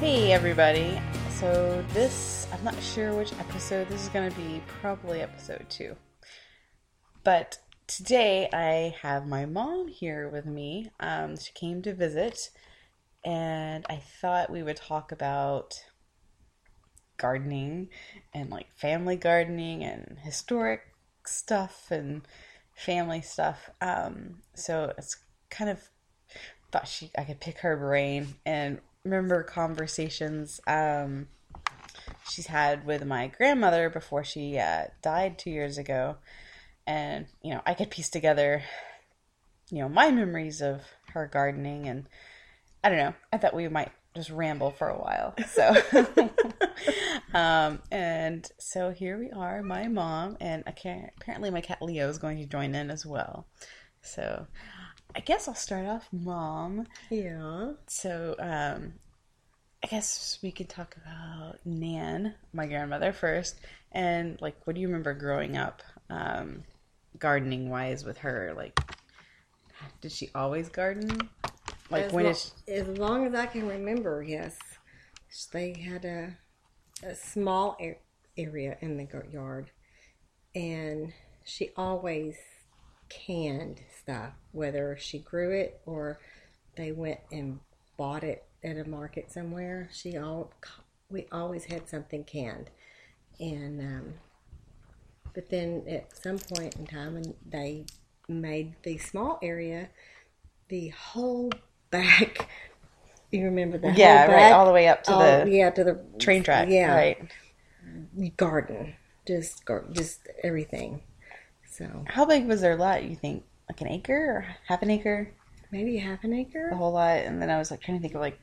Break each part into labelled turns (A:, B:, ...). A: Hey everybody. So this I'm not sure which episode this is going to be, probably episode 2. But today I have my mom here with me. Um she came to visit and I thought we would talk about gardening and like family gardening and historic stuff and family stuff. Um so it's kind of thought she I could pick her brain and remember conversations um, she's had with my grandmother before she uh, died two years ago, and you know I could piece together you know my memories of her gardening and I don't know I thought we might just ramble for a while so. um, and so here we are, my mom, and okay, apparently my cat Leo is going to join in as well. So I guess I'll start off, mom.
B: Yeah.
A: So um, I guess we could talk about Nan, my grandmother, first, and like, what do you remember growing up, um, gardening wise with her? Like, did she always garden? Like,
B: as
A: when
B: lo-
A: is she-
B: as long as I can remember, yes, they had a a small a- area in the gar- yard, and she always canned stuff, whether she grew it or they went and bought it at a market somewhere. She all we always had something canned, and um, but then at some point in time, when they made the small area the whole back. You remember that?
A: yeah,
B: whole
A: right,
B: back,
A: all the way up to
B: all-
A: the
B: yeah to the
A: train track,
B: Yeah,
A: right?
B: garden, just gar- just everything. So
A: How big was their lot? You think like an acre or half an acre,
B: maybe half an acre.
A: the whole lot? And then I was like trying to think of like,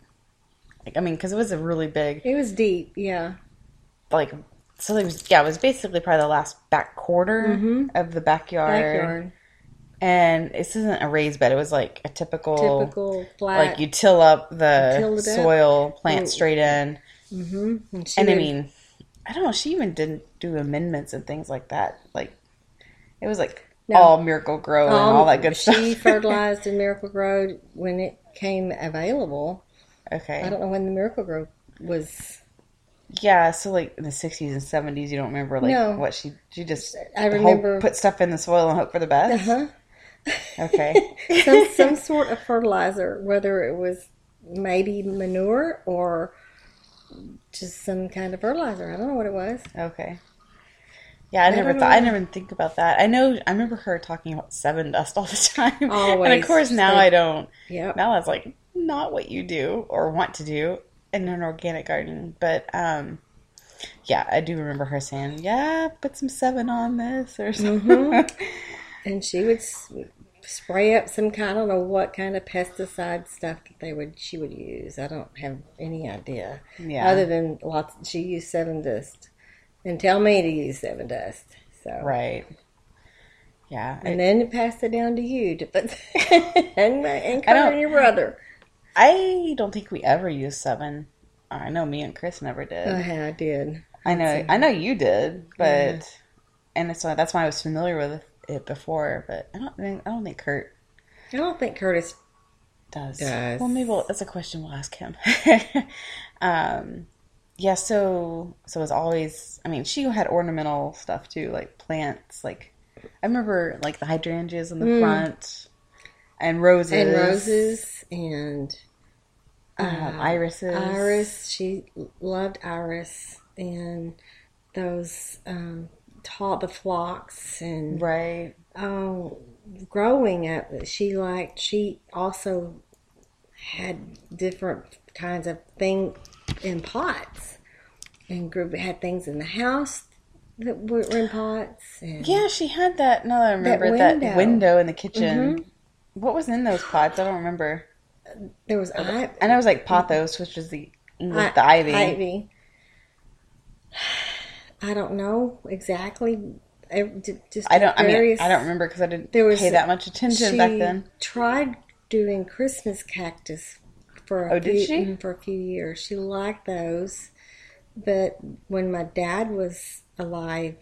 A: like I mean, because it was a really big
B: It was deep. Yeah,
A: like so it was yeah it was basically probably the last back quarter of the backyard.
B: Mm-hmm. backyard,
A: and this isn't a raised bed it was like a typical,
B: typical flat.
A: like you till up the
B: Tilled it up.
A: soil plant
B: Mm.
A: straight in
B: and, she
A: and i
B: would-
A: mean i don't know she even didn't do amendments and things like that like it was like
B: No.
A: all miracle grow and all
B: um,
A: that good
B: She
A: stuff
B: fertilized in Miracle Grow when it came available. I
A: okay
B: don't know when the Miracle Grow was.
A: yeah so like in the 60s and 70s you don't remember like
B: No.
A: what she she just
B: I
A: the whole-
B: remember-
A: put stuff in the soil and hope for the
B: Uh
A: best
B: huh.
A: okay
B: some some sort of fertilizer, whether it was maybe manure or just some kind of fertilizer. I don't know what it was.
A: Okay. Yeah, I never
B: don't
A: thought. I
B: know.
A: never think about that. I know. I remember her talking about seven dust all the time. And
B: Always.
A: of course, now I don't.
B: Yep.
A: Now that's like not what you do or want to do in an organic garden. But um, yeah, I do remember her saying, "Yeah, put some seven on this or something."
B: Mm-hmm. And she would s- spray up some kind. I don't know what kind of pesticide stuff that they would she would use. I don't have any idea.
A: Yeah.
B: Other than lots, she used seven dust, and tell me to use seven dust. So
A: Right. Yeah. I-
B: And then it passed it down to you to put and my and
A: I don't-
B: Carter, your brother.
A: I don't think we ever used seven. I know me and Chris never did.
B: Oh, yeah, I did.
A: I know, I know you did, but and so that's why I was familiar with it before. But I don't think I don't think Kurt
B: I don't think Curtis
A: does.
B: Does.
A: Well, maybe we'll, that's a question we'll ask him. um, yeah. So so it's always. I mean, she had ornamental stuff too, like plants. Like I remember, like the hydrangeas in the front, and roses,
B: Mm. and roses and
A: um, irises,
B: iris. She loved iris and those um, taught the flocks and
A: Right.
B: oh, growing up. She liked. She also had different kinds of thing in pots and grew had things in the house that were in pots and
A: Yeah, she had that. Now that I remember, that window,
B: window. Mm-hmm.
A: in the kitchen. What was in those pots? I don't remember.
B: there was I,
A: And I was like pothos, which is the English,
B: I-
A: the ivy.
B: Ivy. I don't know exactly. I, d- just
A: I don't. I mean,
B: various-
A: I don't remember because I didn't
B: There was-
A: pay that much attention
B: She
A: back then.
B: tried doing Christmas cactus for a
A: Oh,
B: few,
A: did she?
B: mm, for a few years. She liked those, but when my dad was alive,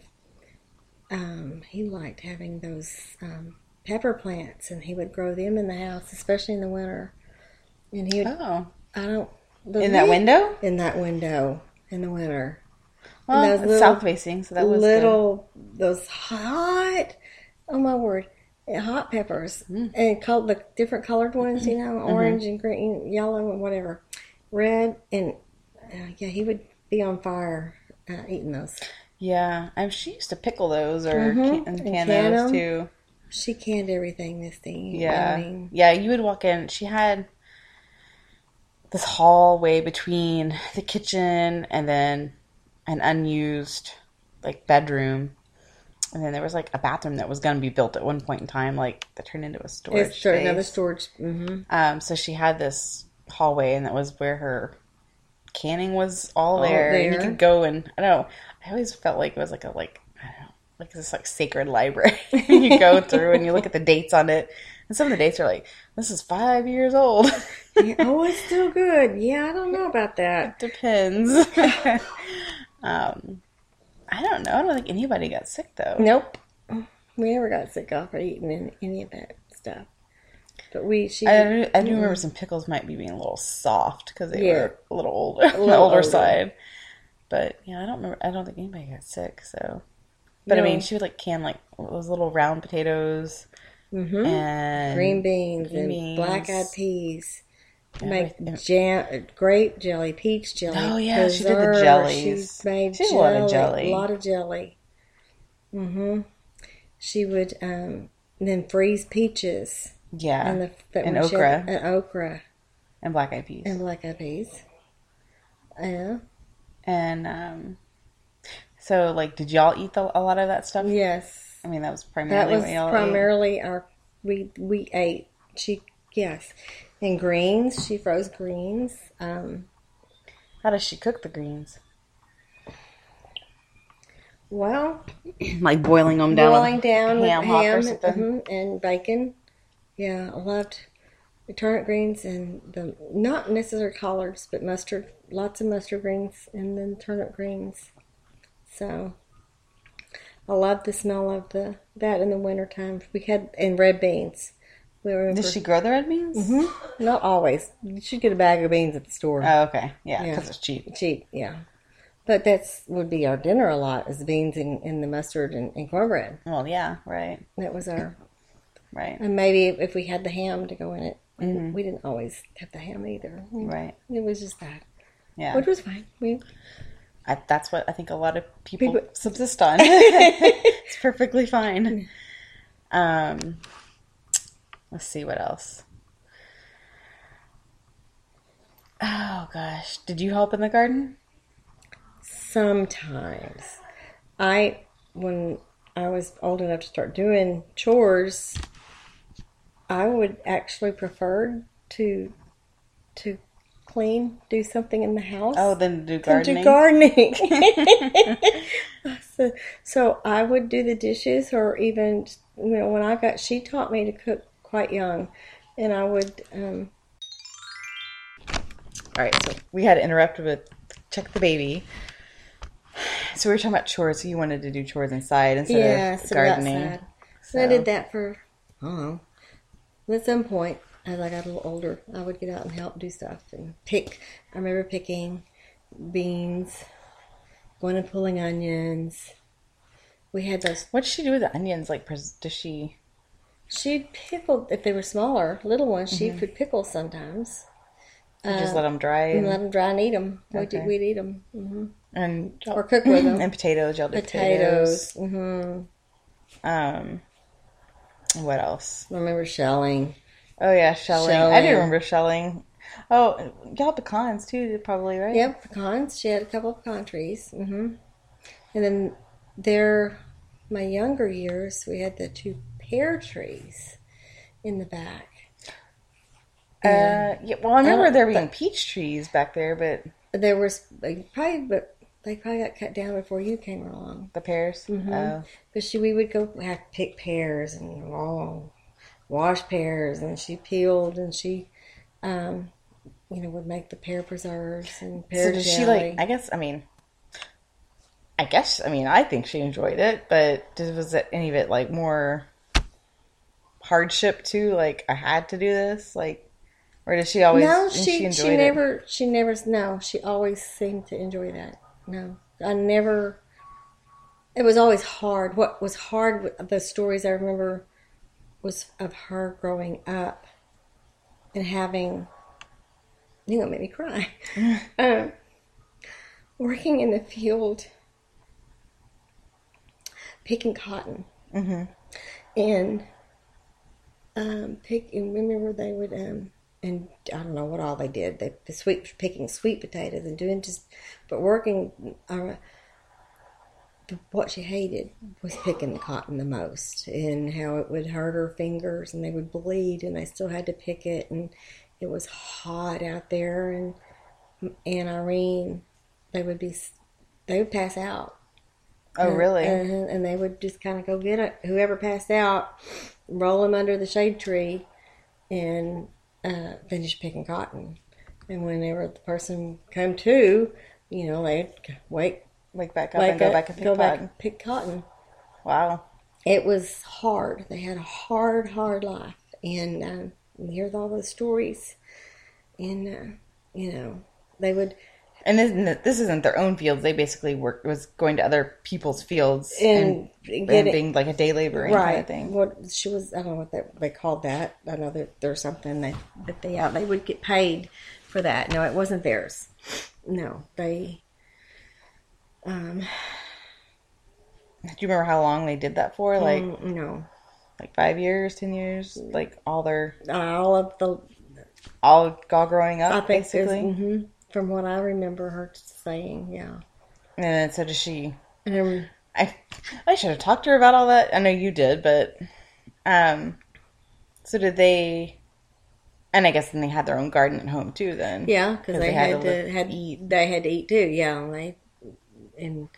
B: um, he liked having those um, pepper plants, and he would grow them in the house, especially in the winter. And he would
A: Oh,
B: I don't The
A: in that
B: wi-
A: window.
B: In that window in the winter.
A: Well,
B: those
A: it's
B: little-
A: south facing, so that was good.
B: little those hot oh my word eh, hot peppers
A: Mm.
B: and col the different colored ones you
A: Mm-hmm.
B: know orange and green yellow and whatever red and uh, yeah he would be on fire uh, eating those
A: Yeah, um, she used to pickle those or
B: Mhm,
A: can, and
B: and
A: can
B: can
A: those
B: 'em.
A: too.
B: she canned everything this thing
A: Yeah,
B: I mean,
A: yeah. You would walk in. She had this hallway between the kitchen and then an unused like bedroom, and then there was like a bathroom that was going to be built at one point in time, like that turned into a storage
B: it's stor- another
A: space.
B: storage mm-hmm.
A: Um, so she had this hallway, and that was where her canning was all
B: All
A: there. And you
B: there.
A: could go and I don't know. I always felt like it was like a like I don't know, like this like sacred library. you go through and you look at the dates on it, and some of the dates are like this is five years old.
B: yeah, oh it's still good yeah i don't know about that
A: Depends. um, I don't know. I don't think anybody got sick though.
B: nope we never got sick off for eating any, any of that stuff but we she
A: I do, I do remember some pickles might be being a little soft because they
B: Yeah.
A: were a little older, on the
B: little
A: older
B: older.
A: side. But yeah, I don't remember. I don't think anybody got sick. So, but I mean,
B: No.
A: she would like can like those little round potatoes
B: mm-hmm.
A: and
B: green beans
A: green
B: and black eyed
A: beans.
B: peas.
A: Yeah,
B: Make
A: everything.
B: jam, uh, grape jelly, peach jelly.
A: Oh, yeah, she did the
B: preserve.
A: jellies.
B: She made
A: She did a lot of jelly.
B: A lot of jelly. Mm-hmm. She would um, then freeze peaches
A: yeah,
B: and the that
A: Uh, and
B: when she
A: okra.
B: had- and okra
A: and black eyed peas,
B: and black eyed peas. Uh, Yeah.
A: and um, so like, did y'all eat the, a lot of that stuff?
B: Yes.
A: I mean, that was
B: That
A: primarily
B: was
A: what y'all ate.
B: primarily our we we ate she yes and greens she froze greens um
A: How does she cook the greens?
B: well
A: Like boiling them down.
B: boiling down with
A: ham
B: ham,
A: hock or something.
B: mhm, and bacon. Yeah, I loved the turnip greens and the not necessarily collards, but mustard, lots of mustard greens and then turnip greens. So I love the smell of the that in the wintertime. We had and red beans. We remember
A: Did she grow the red beans?
B: Mhm. not always. You should get a bag of beans at the store.
A: Oh, okay. Yeah,
B: Yeah.
A: because it's cheap.
B: Cheap, yeah. But that's would be our dinner a lot is beans and, and the mustard and, and cornbread.
A: Well, yeah, right,
B: That was our
A: right,
B: And maybe if- if we had the ham to go in it, we didn't always have the ham either.
A: right.
B: It was just that,
A: Mm-hmm. Yeah.
B: which was fine. We
A: I, that's what I think a lot of people,
B: People-
A: subsist on. it's perfectly fine. Um, let's see what else. Oh gosh, did you help in the garden?
B: sometimes I when I was old enough to start doing chores, I would actually prefer to to clean, do something in the house.
A: Oh, then do gardening.
B: than do gardening. so, so I would do the dishes, or even you know when I got she taught me to cook quite young, and I would um,
A: All right, so we had to interrupt with check the baby. So we were talking about chores. So you wanted to do chores inside instead
B: yeah
A: of
B: sit
A: gardening.
B: outside. So I did that for I don't know. At some point, as I got a little older, I would get out and help do stuff and pick. I remember picking beans, going and pulling onions. We had those.
A: What'd she do with the onions? Like, pres- does she?
B: She pickled if they were smaller, little ones. She could pickle sometimes.
A: you just let them dry
B: and
A: and,
B: let them dry and eat them. We'd,
A: Okay.
B: we'd eat them. hmm
A: and
B: Or cook with them.
A: and potatoes. Y'all do potatoes.
B: Potatoes. hmm
A: Um, what else?
B: I remember shelling.
A: Oh yeah, shelling. I do
B: Shelling.
A: remember shelling. Oh, y'all pecans too, did probably right? Uh,
B: Yeah, pecans. She had a couple of pecan trees. hmm And then there, my younger years, we had the two pear trees in the back.
A: Uh, yeah. Well, I remember
B: don't-
A: there being peach trees back there, but
B: There was like, probably, but they probably got cut down before you came along.
A: the pears.
B: Mm-hmm.
A: Oh.
B: But she, we would go have pick pears and oh, wash pears, and she peeled and she, um, you know, would make the pear preserves and pear
A: So does
B: jelly.
A: she like? I guess. I mean, I guess. I mean, I think she enjoyed it, but did, was it any of it like more hardship too? Like I had to do this. Like Or does she always?
B: no,
A: and
B: she she,
A: enjoyed it?
B: never she never no she always seemed to enjoy that. No, I never. It was always hard. What was hard with the stories I remember was of her growing up and having. You know, it made me cry. um, working in the field, picking cotton,
A: Mm-hmm.
B: and um, pick and remember they would um and I don't know what all they did. They p- sweet picking sweet potatoes and doing just, but working. Uh, but what she hated was picking the cotton the most, and how it would hurt her fingers, and they would bleed, and they still had to pick it, and it was hot out there, and and Irene, they would be, s- they would pass out
A: Oh, really?
B: uh-huh, and they would just kind of go get it. Whoever passed out, roll them under the shade tree, and uh, finish picking cotton. And whenever the person come to, you know, they'd wake,
A: Wake back up
B: wake
A: and go
B: up,
A: back and pick
B: go back
A: cotton.
B: and pick cotton.
A: Wow.
B: It was hard. They had a hard, hard life, and um, you hear all those stories, and uh, you know, they would
A: And this, this isn't their own fields. They basically work was going to other people's fields
B: and,
A: and,
B: get
A: and
B: it-
A: being like a day laboring kind of thing.
B: What she was, I don't know what they, they called that. I know that there's something that, that they out they would get paid for that. No, it wasn't theirs. No, they. Um,
A: Do you remember how long they did that for? Like
B: mm, no,
A: like five years, ten years, like all their
B: all of the
A: all all growing
B: I
A: up,
B: think there's
A: basically.
B: hmm from what I remember her saying, yeah.
A: And then so does she.
B: And um,
A: I I should have talked to her about all that. I know you did, but um, so did they? And I guess then they had their own garden at home too. Then
B: yeah, because they, had, to,
A: live-
B: had
A: eat.
B: They had to eat too. Yeah, and they and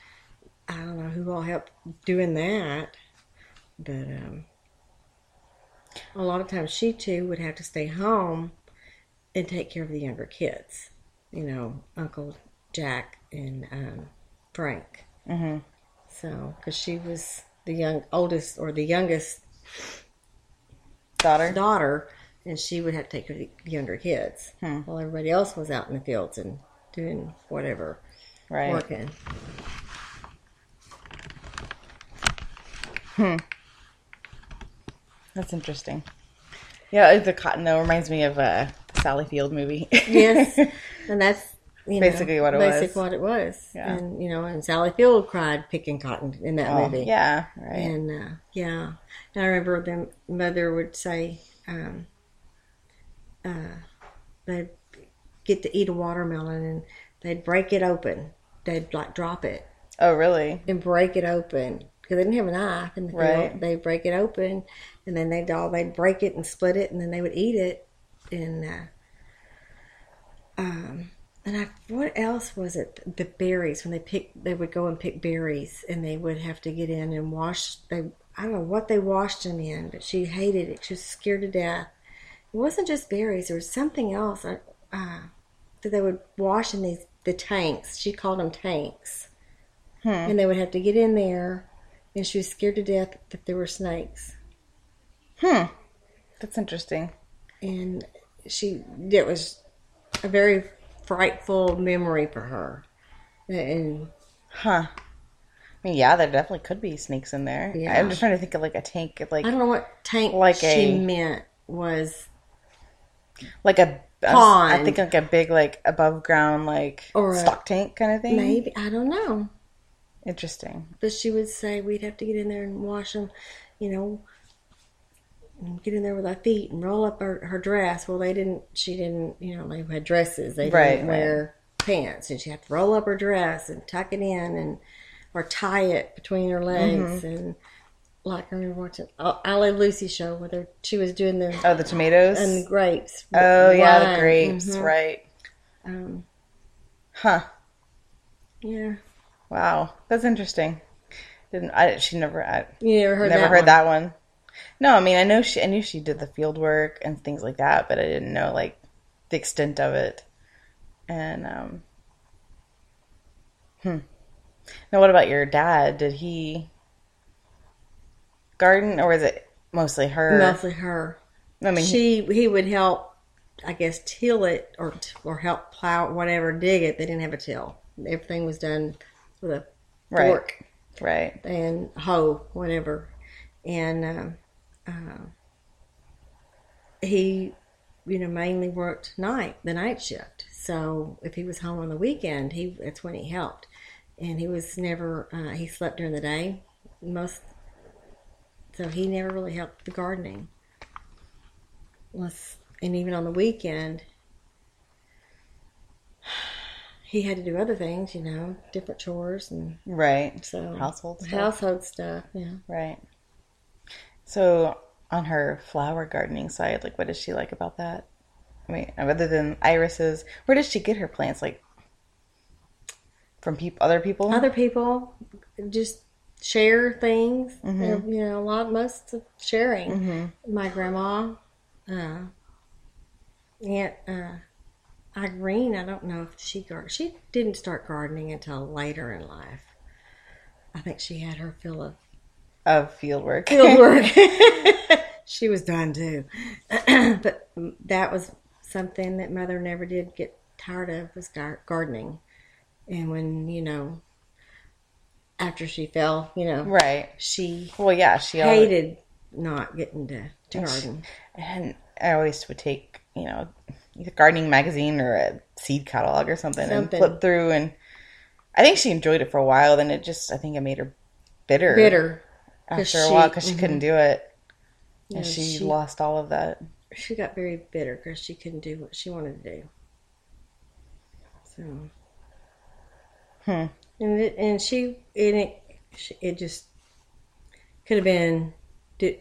B: I don't know who all helped doing that, but um, a lot of times she too would have to stay home and take care of the younger kids. You know, Uncle Jack and um, Frank. Mm-hmm.
A: hmm
B: So, because she was the young oldest or the youngest
A: daughter.
B: daughter, and she would have to take care of the younger kids
A: Hmm.
B: while everybody else was out in the fields and doing whatever
A: Right.
B: working.
A: That's interesting. Yeah, uh, the cotton though reminds me of a Sally Field movie.
B: Yes, and that's you know,
A: Basically what it was.
B: basic what it was.
A: Yeah.
B: And you know, and Sally Field cried picking cotton in that
A: Oh,
B: movie.
A: yeah, right.
B: And uh, yeah, and I remember their mother would say, um, uh, they'd get to eat a watermelon and they'd break it open. They'd like drop it
A: Oh, really?
B: and break it open because they didn't have a knife in the field.
A: Right.
B: They'd break it open, and then they'd all they'd break it and split it, and then they would eat it. And uh, um, and I what else was it? The berries when they pick, they would go and pick berries, and they would have to get in and wash. They I don't know what they washed them in, but she hated it. She was scared to death. It wasn't just berries; there was something else uh, uh, that they would wash in these the tanks. She called them tanks
A: Hmm.
B: and they would have to get in there. And she was scared to death that there were snakes.
A: Hmm. That's interesting.
B: And she, it was a very frightful memory for her. And
A: Huh. I mean, yeah, there definitely could be snakes in there.
B: Yeah.
A: I'm just trying to think of like a tank, like
B: I don't know what tank
A: Like
B: she
A: a-
B: meant was.
A: like a I was- I
B: Pond.
A: think like a big like above ground like
B: Or a-
A: stock tank kind of thing.
B: Maybe I don't know,
A: Interesting.
B: but she would say we'd have to get in there and wash them, you know, and get in there with our feet and roll up her, her dress. Well, they didn't. She didn't. You know, they had dresses. They
A: Right,
B: didn't
A: right.
B: wear pants, and she had to roll up her dress and tuck it in and or tie it between her legs.
A: Mm-hmm.
B: And like I remember watching oh, I Love Lucy show where they're- she was doing the
A: Oh, the tomatoes.
B: and the grapes.
A: oh yeah,
B: Wine.
A: the grapes.
B: Mhm.
A: Right.
B: Um,
A: Huh.
B: yeah,
A: Wow, that's interesting. Didn't I? She never. I
B: you never heard
A: never
B: that
A: heard
B: one?
A: that one. No, I mean I know she. I knew she did the field work and things like that, but I didn't know like the extent of it. And um, hmm. Now, what about your dad? Did he garden, or was it mostly her?
B: Mostly her.
A: I mean,
B: she he would help I guess, till it or or help plow whatever, dig it. They didn't have a till. Everything was done with a
A: Right.
B: fork
A: Right.
B: and hoe, whatever. And uh, uh, he, you know, mainly worked night, the night shift. So if he was home on the weekend, he that's when he helped. And he was never uh, he slept during the day most. So he never really helped the gardening. Unless, and even on the weekend, he had to do other things, you know, different chores and
A: Right.
B: so
A: Household stuff.
B: household stuff. Yeah.
A: Right. So on her flower gardening side, like what does she like about that? I mean, other than irises, where does she get her plants? Like from peop other people?
B: Other people just share things.
A: Mm-hmm.
B: They're, You know, a lot most of sharing. My grandma, uh, Aunt uh, Irene. I don't know if she gar- she didn't start gardening until later in life. I think she had her fill of
A: of field work.
B: field work. she was done too. but that was something that mother never did get tired of was gar- gardening. And when, you know, after she fell, you know,
A: right.
B: she
A: Well, yeah, she always,
B: hated not getting to, to
A: Yes.
B: garden.
A: and I always would take, you know, either gardening magazine or a seed catalog or something,
B: Something.
A: and flip through and I think she enjoyed it for a while, then it just I think it made her bitter
B: Bitter. 'cause
A: after a
B: she-
A: while because she
B: mhm.
A: couldn't do it.
B: You
A: And
B: know,
A: she, lost all of that.
B: she got very bitter because she couldn't do what she wanted to do. So,
A: Hmm.
B: and it, and she and it she- it just could have been di-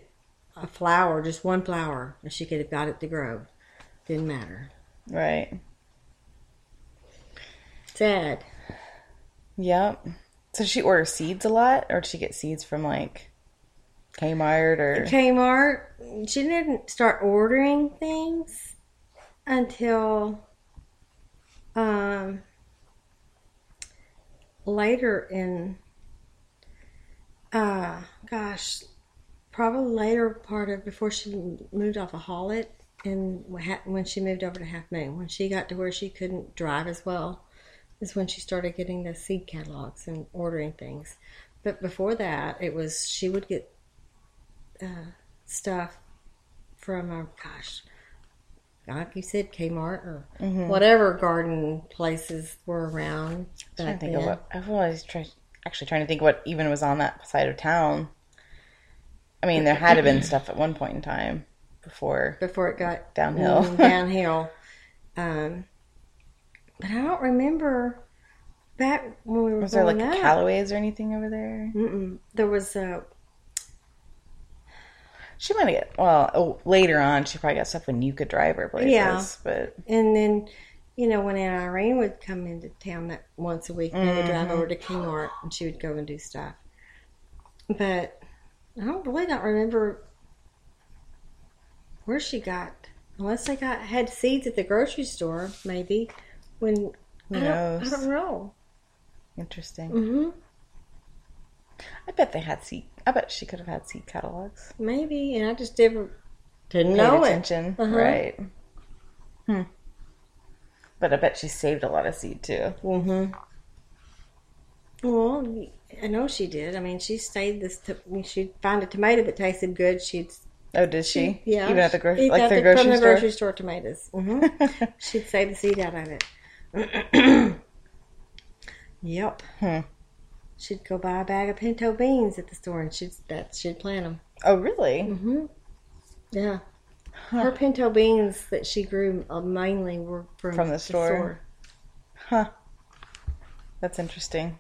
B: a flower, just one flower, and she could have got it to grow. Didn't matter.
A: Right.
B: Sad.
A: Yep. So she orders seeds a lot, or did she get seeds from like Kmart or
B: Kmart. She didn't start ordering things until um, later in, uh, gosh, probably later part of before she moved off of Hollitt and ha- when she moved over to Half Moon. When she got to where she couldn't drive as well, is when she started getting the seed catalogs and ordering things. But before that, it was she would get uh, stuff from our gosh, like you said, Kmart or
A: Mhm.
B: whatever garden places were around.
A: I'm trying
B: back
A: to think of
B: then.
A: what I've always tried, actually trying to think what even was on that side of town. I mean, there had to have been stuff at one point in time before.
B: before it got
A: Downhill.
B: mm, downhill. Um, but I don't remember back when we were
A: Was there
B: growing
A: like a
B: up.
A: Callaway's or anything over there?
B: Mm-mm. There was a
A: She might have get well oh, later on. She probably got stuff when you could drive her places,
B: Yeah.
A: but
B: And then, you know, when Aunt Irene would come into town that once a week, they would drive over to Kmart and she would go and do stuff. But I don't really don't remember where she got, unless they got had seeds at the grocery store, maybe. When
A: who
B: I, don't, I
A: knows?
B: don't know.
A: Interesting.
B: hmm
A: I bet they had seed. I bet she could have had seed catalogs.
B: Maybe, and I just never didn't
A: Paid
B: know it.
A: attention,
B: Uh-huh.
A: right? Hmm. But I bet she saved a lot of seed too.
B: Mm-hmm. Well, I know she did. I mean, she stayed this. T- she'd find a tomato that tasted good. She'd
A: Oh, did she?
B: Yeah,
A: Even at the grocery,
B: Eat
A: like
B: out
A: the
B: the-
A: grocery
B: from the
A: store. Mm-hmm.
B: grocery store tomatoes. hmm She'd save the seed out of it. yep.
A: Hmm.
B: She'd go buy a bag of pinto beans at the store, and she'd that she'd plant them.
A: oh, really?
B: Mm-hmm. Yeah. Her pinto beans that she grew uh, mainly were from,
A: From the store. Huh. That's interesting.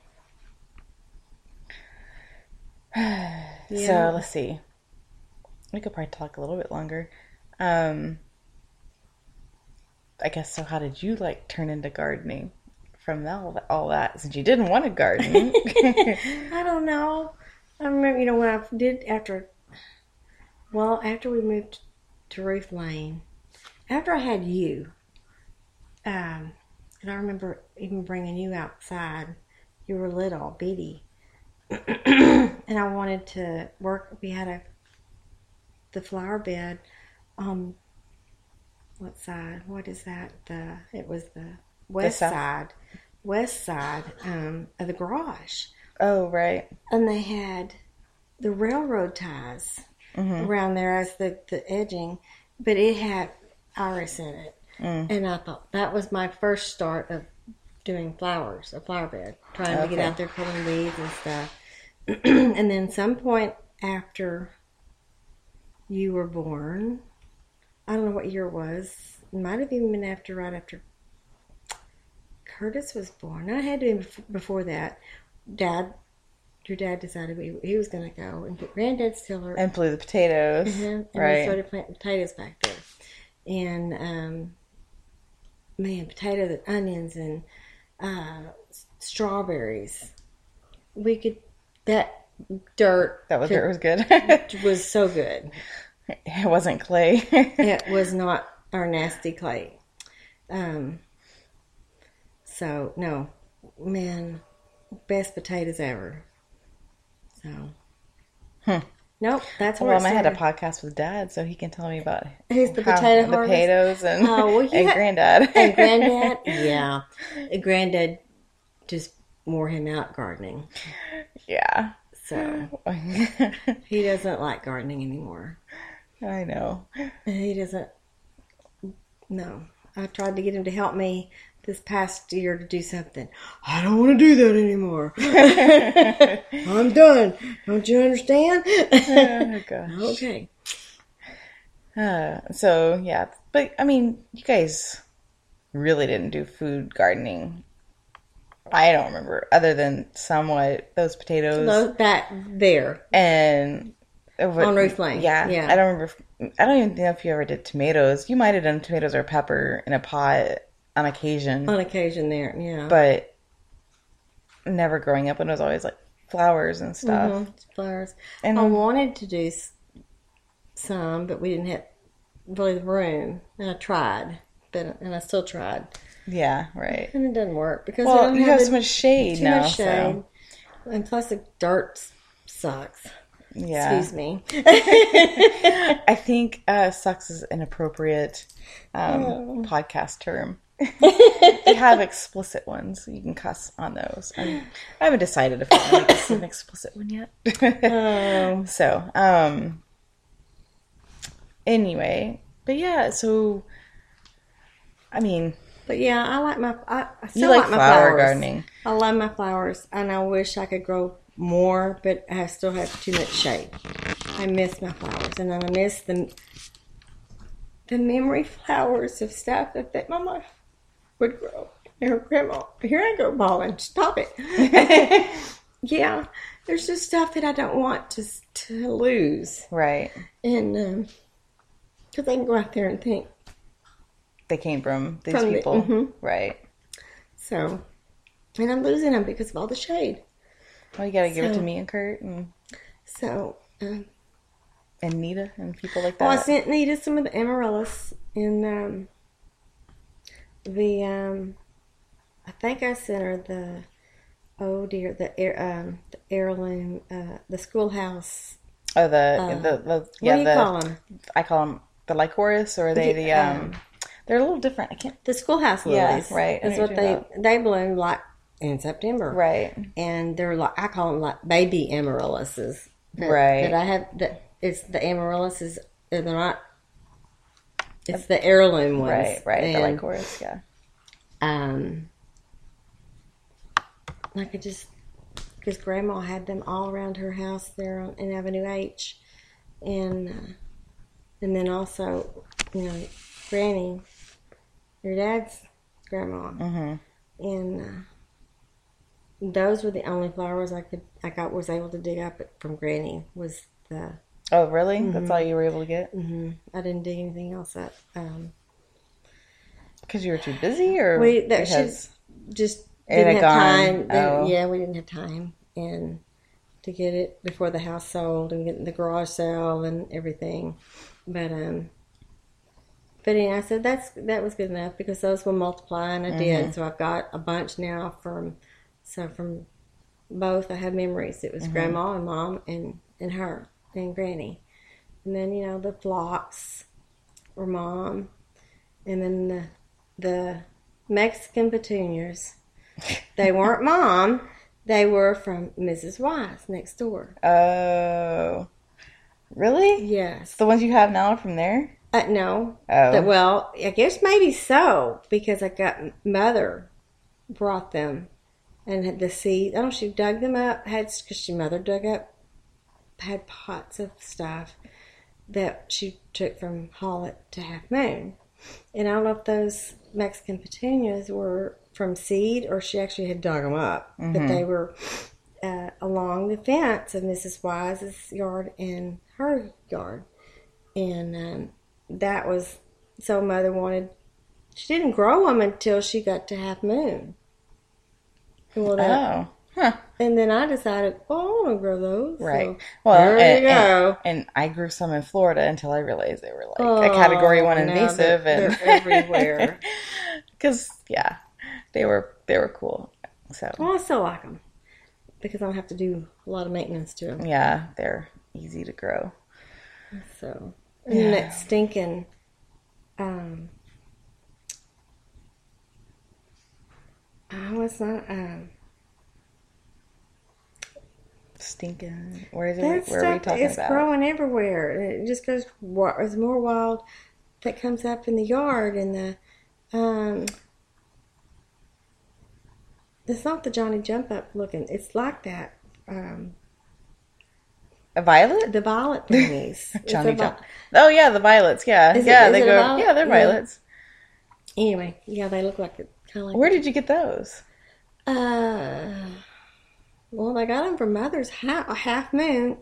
B: Yeah.
A: So let's see. We could probably talk a little bit longer. Um, I guess so. How did you like turn into gardening from all all that? Since you didn't want to garden,
B: I don't know. I remember, you know, when I did after, well, after we moved to Roof Lane, after I had you, um, and I remember even bringing you outside. You were little, bitty, and I wanted to work. We had a the flower bed on what side? What is that? The it was the west
A: south?
B: side, west side um, of the garage,
A: Oh, right.
B: and they had the railroad ties around there as the the edging, but it had iris in it, and I thought that was my first start of doing flowers, a flower bed, trying to
A: Okay.
B: get out there pulling leaves and stuff, and then some point after you were born. I don't know what year it was. It might have even been after, right after Curtis was born. No, it had to be bef- before that. Dad, your dad decided he, he was going to go and put granddad's tiller,
A: And blew the potatoes.
B: Mhm, and we
A: Right.
B: started planting potatoes back there. And um, man, potatoes and onions and uh, s- strawberries. We could that dirt
A: That was
B: could-
A: it was good. it
B: was so good.
A: wasn't clay.
B: it was not our nasty clay. Um, so no, man, best potatoes ever. So, nope, that's where
A: Hmm. well, and
B: it
A: I had a
B: started.
A: podcast with Dad, so he can tell me about
B: He's the
A: how-
B: potato
A: the
B: harvest.
A: potatoes and,
B: Oh, well, he
A: and
B: had-
A: Granddad.
B: and granddad, yeah, And granddad just wore him out gardening.
A: yeah.
B: So
A: I
B: he doesn't like gardening anymore.
A: know.
B: He doesn't. No, I tried to get him to help me this past year to do something. I don't want to do that anymore. I'm done. Don't you understand?
A: Oh, gosh.
B: okay.
A: Uh, so yeah, but I mean, you guys really didn't do food gardening. I don't remember, other than somewhat those potatoes
B: So that there.
A: and
B: On roof line,
A: Yeah,
B: yeah.
A: I don't remember. if- I don't even know if you ever did tomatoes. You might have done tomatoes or pepper in a pot on occasion,
B: On occasion, there. Yeah.
A: but never growing up. And it was always like flowers and stuff.
B: Mhm, Flowers.
A: uh, And
B: I wanted to do s- some, but we didn't have really the room. And I tried, but and I still tried,
A: yeah, right.
B: and it doesn't work because we
A: Well,
B: don't
A: you
B: have
A: have
B: the
A: so much shade
B: too
A: now.
B: much
A: so,
B: shade, and plus the dirt s- sucks.
A: yeah.
B: Excuse me.
A: I think uh, sucks is an appropriate um,
B: Oh.
A: podcast term. we have explicit ones. You can cuss on those. I'm, I haven't decided if I'm going to an explicit one yet.
B: Um,
A: so, um, anyway, but yeah, so, I mean,
B: but yeah, I like my. I, I still
A: you like,
B: my
A: flower
B: flowers.
A: gardening.
B: I love my flowers, and I wish I could grow more, but I still have too much shade. I miss my flowers, and I miss the the memory flowers of stuff that, that my mom would grow. And her grandma, here I go balling. Stop it. yeah, there's just stuff that I don't want to s- to lose,
A: Right.
B: and because I can go out there and think.
A: They came from these
B: From the-
A: people.
B: mhm.
A: Right.
B: So, and I'm losing them because of all the shade.
A: Well, you got to give it to
B: So-
A: me and Kurt and,
B: So. Um,
A: and Nita and people like
B: Well, I
A: that.
B: sent Nita some of the amaryllis and um, the um, I think I sent her the oh dear the air um, the heirloom uh, the schoolhouse.
A: Oh, the, the, the, yeah,
B: Uh, what do
A: the,
B: you call 'em? call them?
A: I call them the lycoris, or are they the
B: Yeah,
A: um, they're a little different. I can't.
B: The schoolhouse
A: Yeah,
B: lilies.
A: right. I
B: That's
A: know
B: what
A: what
B: they
A: you're
B: they bloom like in September.
A: Right,
B: And they're like I call them like baby amaryllises. That,
A: Right.
B: That I have that it's the amaryllises. They're not. It's the heirloom ones.
A: right, right. The
B: And-
A: lycoris, yeah.
B: um like I just because grandma had them all around her house there on, in Avenue H and uh, and then also you know granny your dad's grandma
A: Mm-hmm.
B: and uh, those were the only flowers I could I got was able to dig up from granny was the
A: Oh, really?
B: Mm-hmm.
A: That's all you were able to get
B: hmm I didn't dig anything else up um
A: because you were too busy, or
B: We that
A: because
B: she's just
A: It had
B: didn't have
A: gone.
B: time. They-
A: Oh.
B: Yeah, we didn't have time and to get it before the house sold and get the garage sale and everything. But um but anyway, I said that's that was good enough because those will multiply and I
A: Mm-hmm.
B: did. So I've got a bunch now from so from both I have memories. It was
A: Mm-hmm.
B: grandma and mom and, and her and granny. And then, you know, the flocks or mom and then the, the Mexican petunias. They weren't mom. They were from Mrs. Wise next door.
A: Oh, really?
B: Yes.
A: The ones you have now are from there?
B: Uh, no.
A: Oh.
B: But, well, I guess maybe so because I got mother brought them and had the seed. I don't know, she dug them up, had because she mother dug up, had pots of stuff that she took from Hollitt to Half Moon. And I don't know if those Mexican petunias were from seed or she actually had dug them up, but they were uh, along the fence of Mrs. Wise's yard and her yard. And um, that was so mother wanted, she didn't grow them until she got to Half Moon. Well, that,
A: Oh, huh.
B: and then I decided, well, I want to grow those. so
A: Right. Well,
B: there
A: and,
B: you go.
A: And, and I grew some in Florida until I realized they were like a category one
B: Oh, now
A: invasive,
B: they're-
A: and
B: they're everywhere.
A: because yeah, they were they were cool. So
B: Well, I still like them because I don't have to do a lot of maintenance to them.
A: yeah, they're easy to grow.
B: So, and then that stinking, um, I was not, um,
A: Stinking. Where is it?
B: that
A: Where are we
B: stuff
A: talking
B: is
A: about?
B: growing everywhere. and It just goes, wa- there's more wild that comes up in the yard and the, um, it's not the Johnny Jump Up looking. It's like that. Um,
A: A violet?
B: the violet thingies. It's
A: Johnny
B: a vi-
A: Jump. Oh yeah, the violets. Yeah,
B: Is it-
A: yeah,
B: is
A: they
B: it a
A: go.
B: violet?
A: Yeah, they're
B: Yeah.
A: violets.
B: Anyway, yeah, they look like it. Kind of like
A: Where did you get those?
B: Uh, well, I got them from Mother's half, half Moon,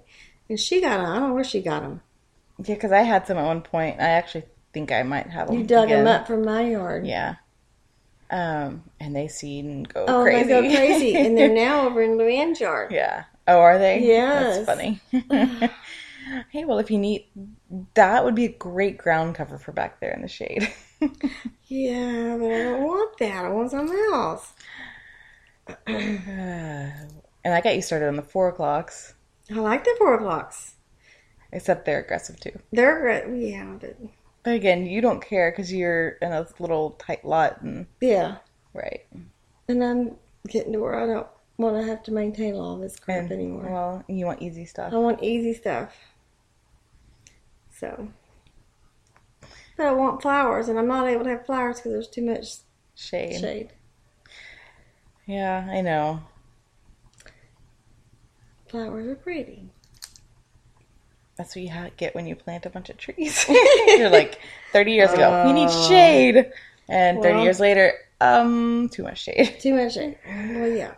B: and she got them. I don't know where she got them.
A: Yeah, because I had some at one point. I actually think I might have them.
B: You dug
A: again.
B: them up from my yard.
A: Oh, Yeah. Um, and they seed and go
B: Oh,
A: crazy.
B: they go crazy, and they're now over in Luann's yard.
A: yeah. Oh, are they? That's
B: Yes.
A: funny. hey, well, if you need, that would be a great ground cover for back there in the shade.
B: Yeah, but I don't want that. I want something else.
A: and I got you started on the four o'clocks,
B: I like the four o'clocks.
A: except they're aggressive too.
B: They're great. Yeah, but
A: But again, you don't care because you're in a little tight lot and
B: yeah,
A: right.
B: and I'm getting to where I don't want to have to maintain all this crap
A: And,
B: anymore. Oh,
A: well, you want easy stuff.
B: I want easy stuff. So, but I want flowers, and I'm not able to have flowers because there's too much
A: Shade.
B: shade.
A: Yeah, I know.
B: Flowers are pretty.
A: That's what you ha- get when you plant a bunch of trees. You're like, 30 years ago, we need shade. And 30
B: Oh. Well.
A: years later, um, too much shade.
B: Too much shade. Well, yeah.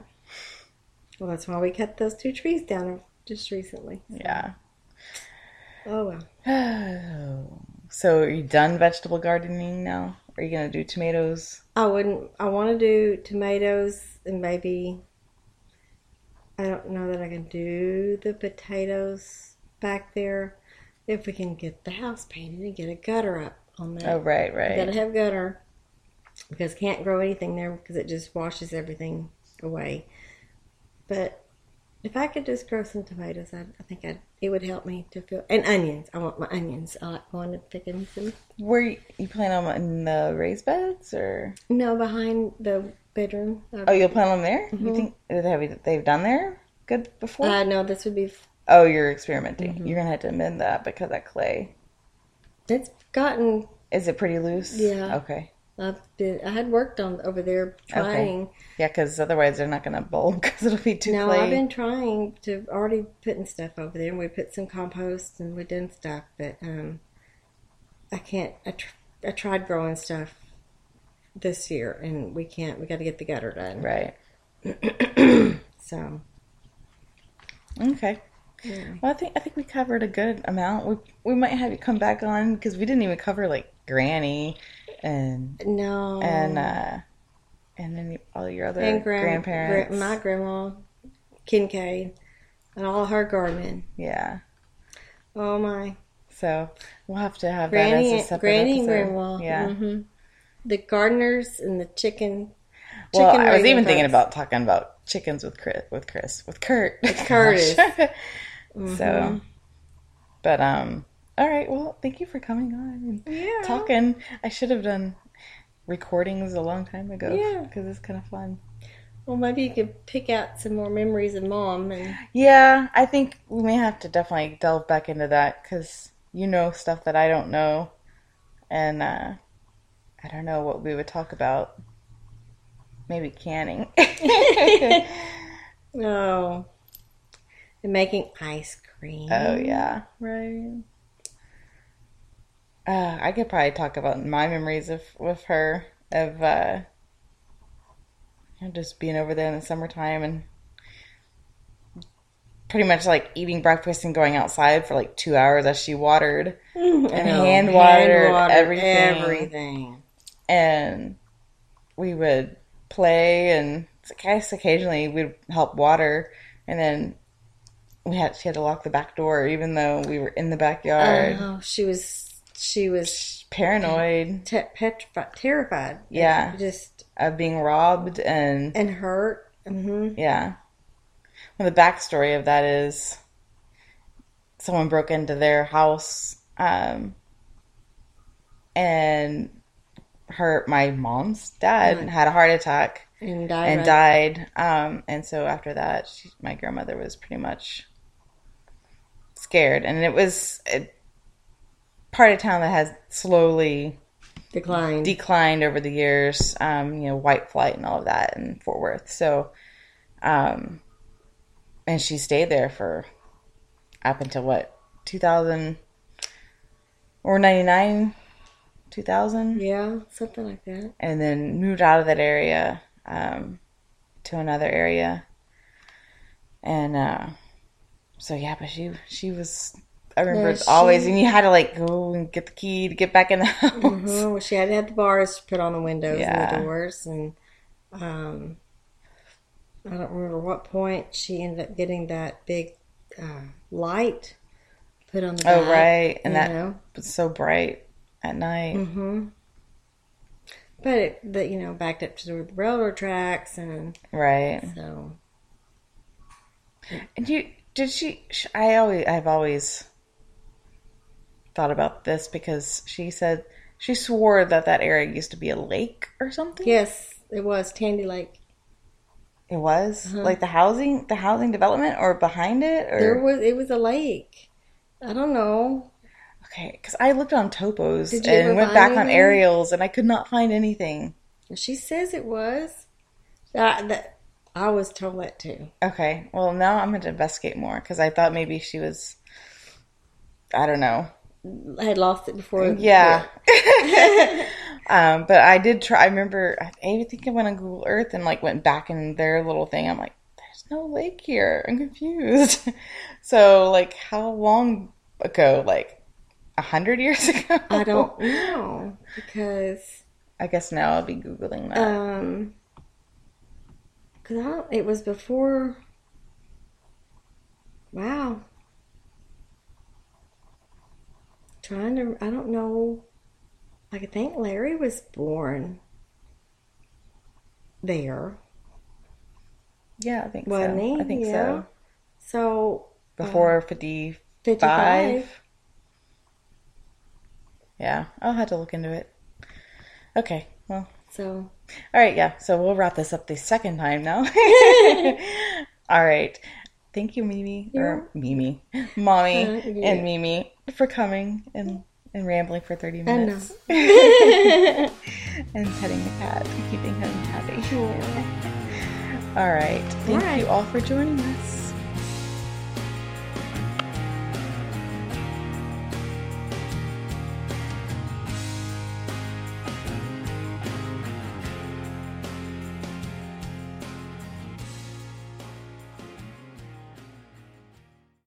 B: Well, that's why we cut those two trees down just recently.
A: Yeah.
B: Oh well.
A: So, are you done vegetable gardening now? Are you going to do tomatoes?
B: I wouldn't. I want to do tomatoes and maybe. I don't know that I can do the potatoes back there. If we can get the house painted and get a gutter up on that.
A: Oh, right,
B: Gotta
A: right.
B: have gutter because can't grow anything there because it just washes everything away. But if I could just grow some tomatoes, I, I think I'd, it would help me to feel. And onions. I want my onions. I like going to picking some.
A: Where you, you plan on them in the raised beds or?
B: No, behind the bedroom.
A: Oh, you'll plant them there?
B: Mm-hmm.
A: You think have you, they've done there good before?
B: Uh, no, this would be.
A: oh, you're experimenting.
B: Mm-hmm.
A: You're going to have to amend that because that clay.
B: It's gotten.
A: Is it pretty loose?
B: Yeah.
A: Okay.
B: I've been. I had worked on over there trying.
A: Yeah, because otherwise they're not going to bulb because it'll be too
B: No,
A: clay.
B: I've been trying to already putting stuff over there, and we put some compost and we done stuff, but um, I can't. I, tr- I tried growing stuff this year, and we can't. We got to get the gutter done.
A: Right.
B: So
A: Okay. Well, I think I think we covered a good amount. We we might have you come back on because we didn't even cover like Granny and
B: no,
A: and uh and then all your other
B: Oh. and gran-
A: grandparents.
B: gra- my grandma Kincaid, and all her gardening.
A: yeah.
B: Oh my,
A: So we'll have to have that
B: granny,
A: as a separate
B: granny, and
A: episode.
B: grandma.
A: Yeah.
B: hmm the gardeners and the chicken.
A: Well,
B: chicken
A: I was
B: raising
A: even thinking
B: folks.
A: about talking about chickens with Chris, with Chris, with Kurt, with
B: Mm-hmm. Curtis.
A: So, but um, All right. Well, thank you for coming on and
B: Yeah.
A: talking. I should have done recordings a long time ago.
B: Yeah.
A: Because it's kind of fun.
B: Well, maybe you could pick out some more memories of mom and
A: Yeah, I think we may have to definitely delve back into that because you know stuff that I don't know, and uh, I don't know what we would talk about. Maybe canning. oh
B: oh, and making ice cream.
A: Oh, yeah,
B: right.
A: uh, I could probably talk about my memories of with her of uh, you know, just being over there in the summertime and pretty much like eating breakfast and going outside for like two hours as she watered.
B: And
A: hand watered everything.
B: Oh, Everything.
A: and we would play and I guess occasionally we'd help water and then we had she had to lock the back door even though we were in the backyard.
B: Oh, she was she was
A: Paranoid
B: te- petrified, terrified.
A: Yeah.
B: just
A: of being robbed and
B: and hurt. hmm
A: yeah. Well the backstory of that is someone broke into their house um and her my mom's dad
B: Right.
A: had a heart attack
B: And died.
A: and
B: right-
A: died. Um, and so after that, she, my grandmother was pretty much scared, and it was a part of town that has slowly
B: Declined.
A: declined over the years. Um, you know, white flight and all of that in Fort Worth. So, um, and she stayed there for up until what 2000 or 99, 2000
B: yeah, something like that.
A: and then moved out of that area um, to another area. And uh, so yeah, but she she was I remember
B: Yeah,
A: always,
B: she-
A: and you had to like go and get the key to get back in the house.
B: Mhm. Well, she had had the bars put on the windows and
A: Yeah.
B: the doors, and um, I don't remember what point she ended up getting that big uh, light put on the.
A: Oh
B: back,
A: right, and
B: you
A: that
B: know?
A: was so bright at night.
B: Mm-hmm. But it, but you know, backed up to the railroad tracks, and
A: Right?
B: so
A: And you did she? sh- I always I've always thought about this because she said she swore that that area used to be a lake or something.
B: yes, it was Tandy Lake.
A: It was
B: Uh-huh.
A: like the housing, the housing development, or behind it, or
B: There was it was a lake. I don't know.
A: okay. Because I looked on topos
B: Did you ever
A: and went
B: find
A: back on
B: anything?
A: aerials, and I could not find anything.
B: She says it was. I, that, I was told that too.
A: Okay, well now I'm going to investigate more because I thought maybe she was, I don't know,
B: I had lost it before.
A: yeah. um, but I did try. I remember. I even think I went on Google Earth and like went back in their little thing. I'm like, there's no lake here. I'm confused. so like, how long ago? Like a hundred years ago?
B: I don't know because
A: I guess now I'll be googling that.
B: um, cause I don't, it was before. Wow. Trying to, I don't know. Like I think Larry was born there,
A: yeah, I think
B: wasn't
A: so.
B: he?
A: I think
B: Yeah.
A: so.
B: So
A: Before fifty-five.
B: 55.
A: Yeah, I'll have to look into it. Okay. Well,
B: So
A: all right. Yeah. So we'll wrap this up the second time now. all right. Thank you, Mimi or Mimi, Mommy,
B: Uh, yeah.
A: and Mimi for coming and and rambling for thirty
B: I know.
A: minutes and petting the cat, keeping him happy. All right. Thank
B: right.
A: you all for joining us.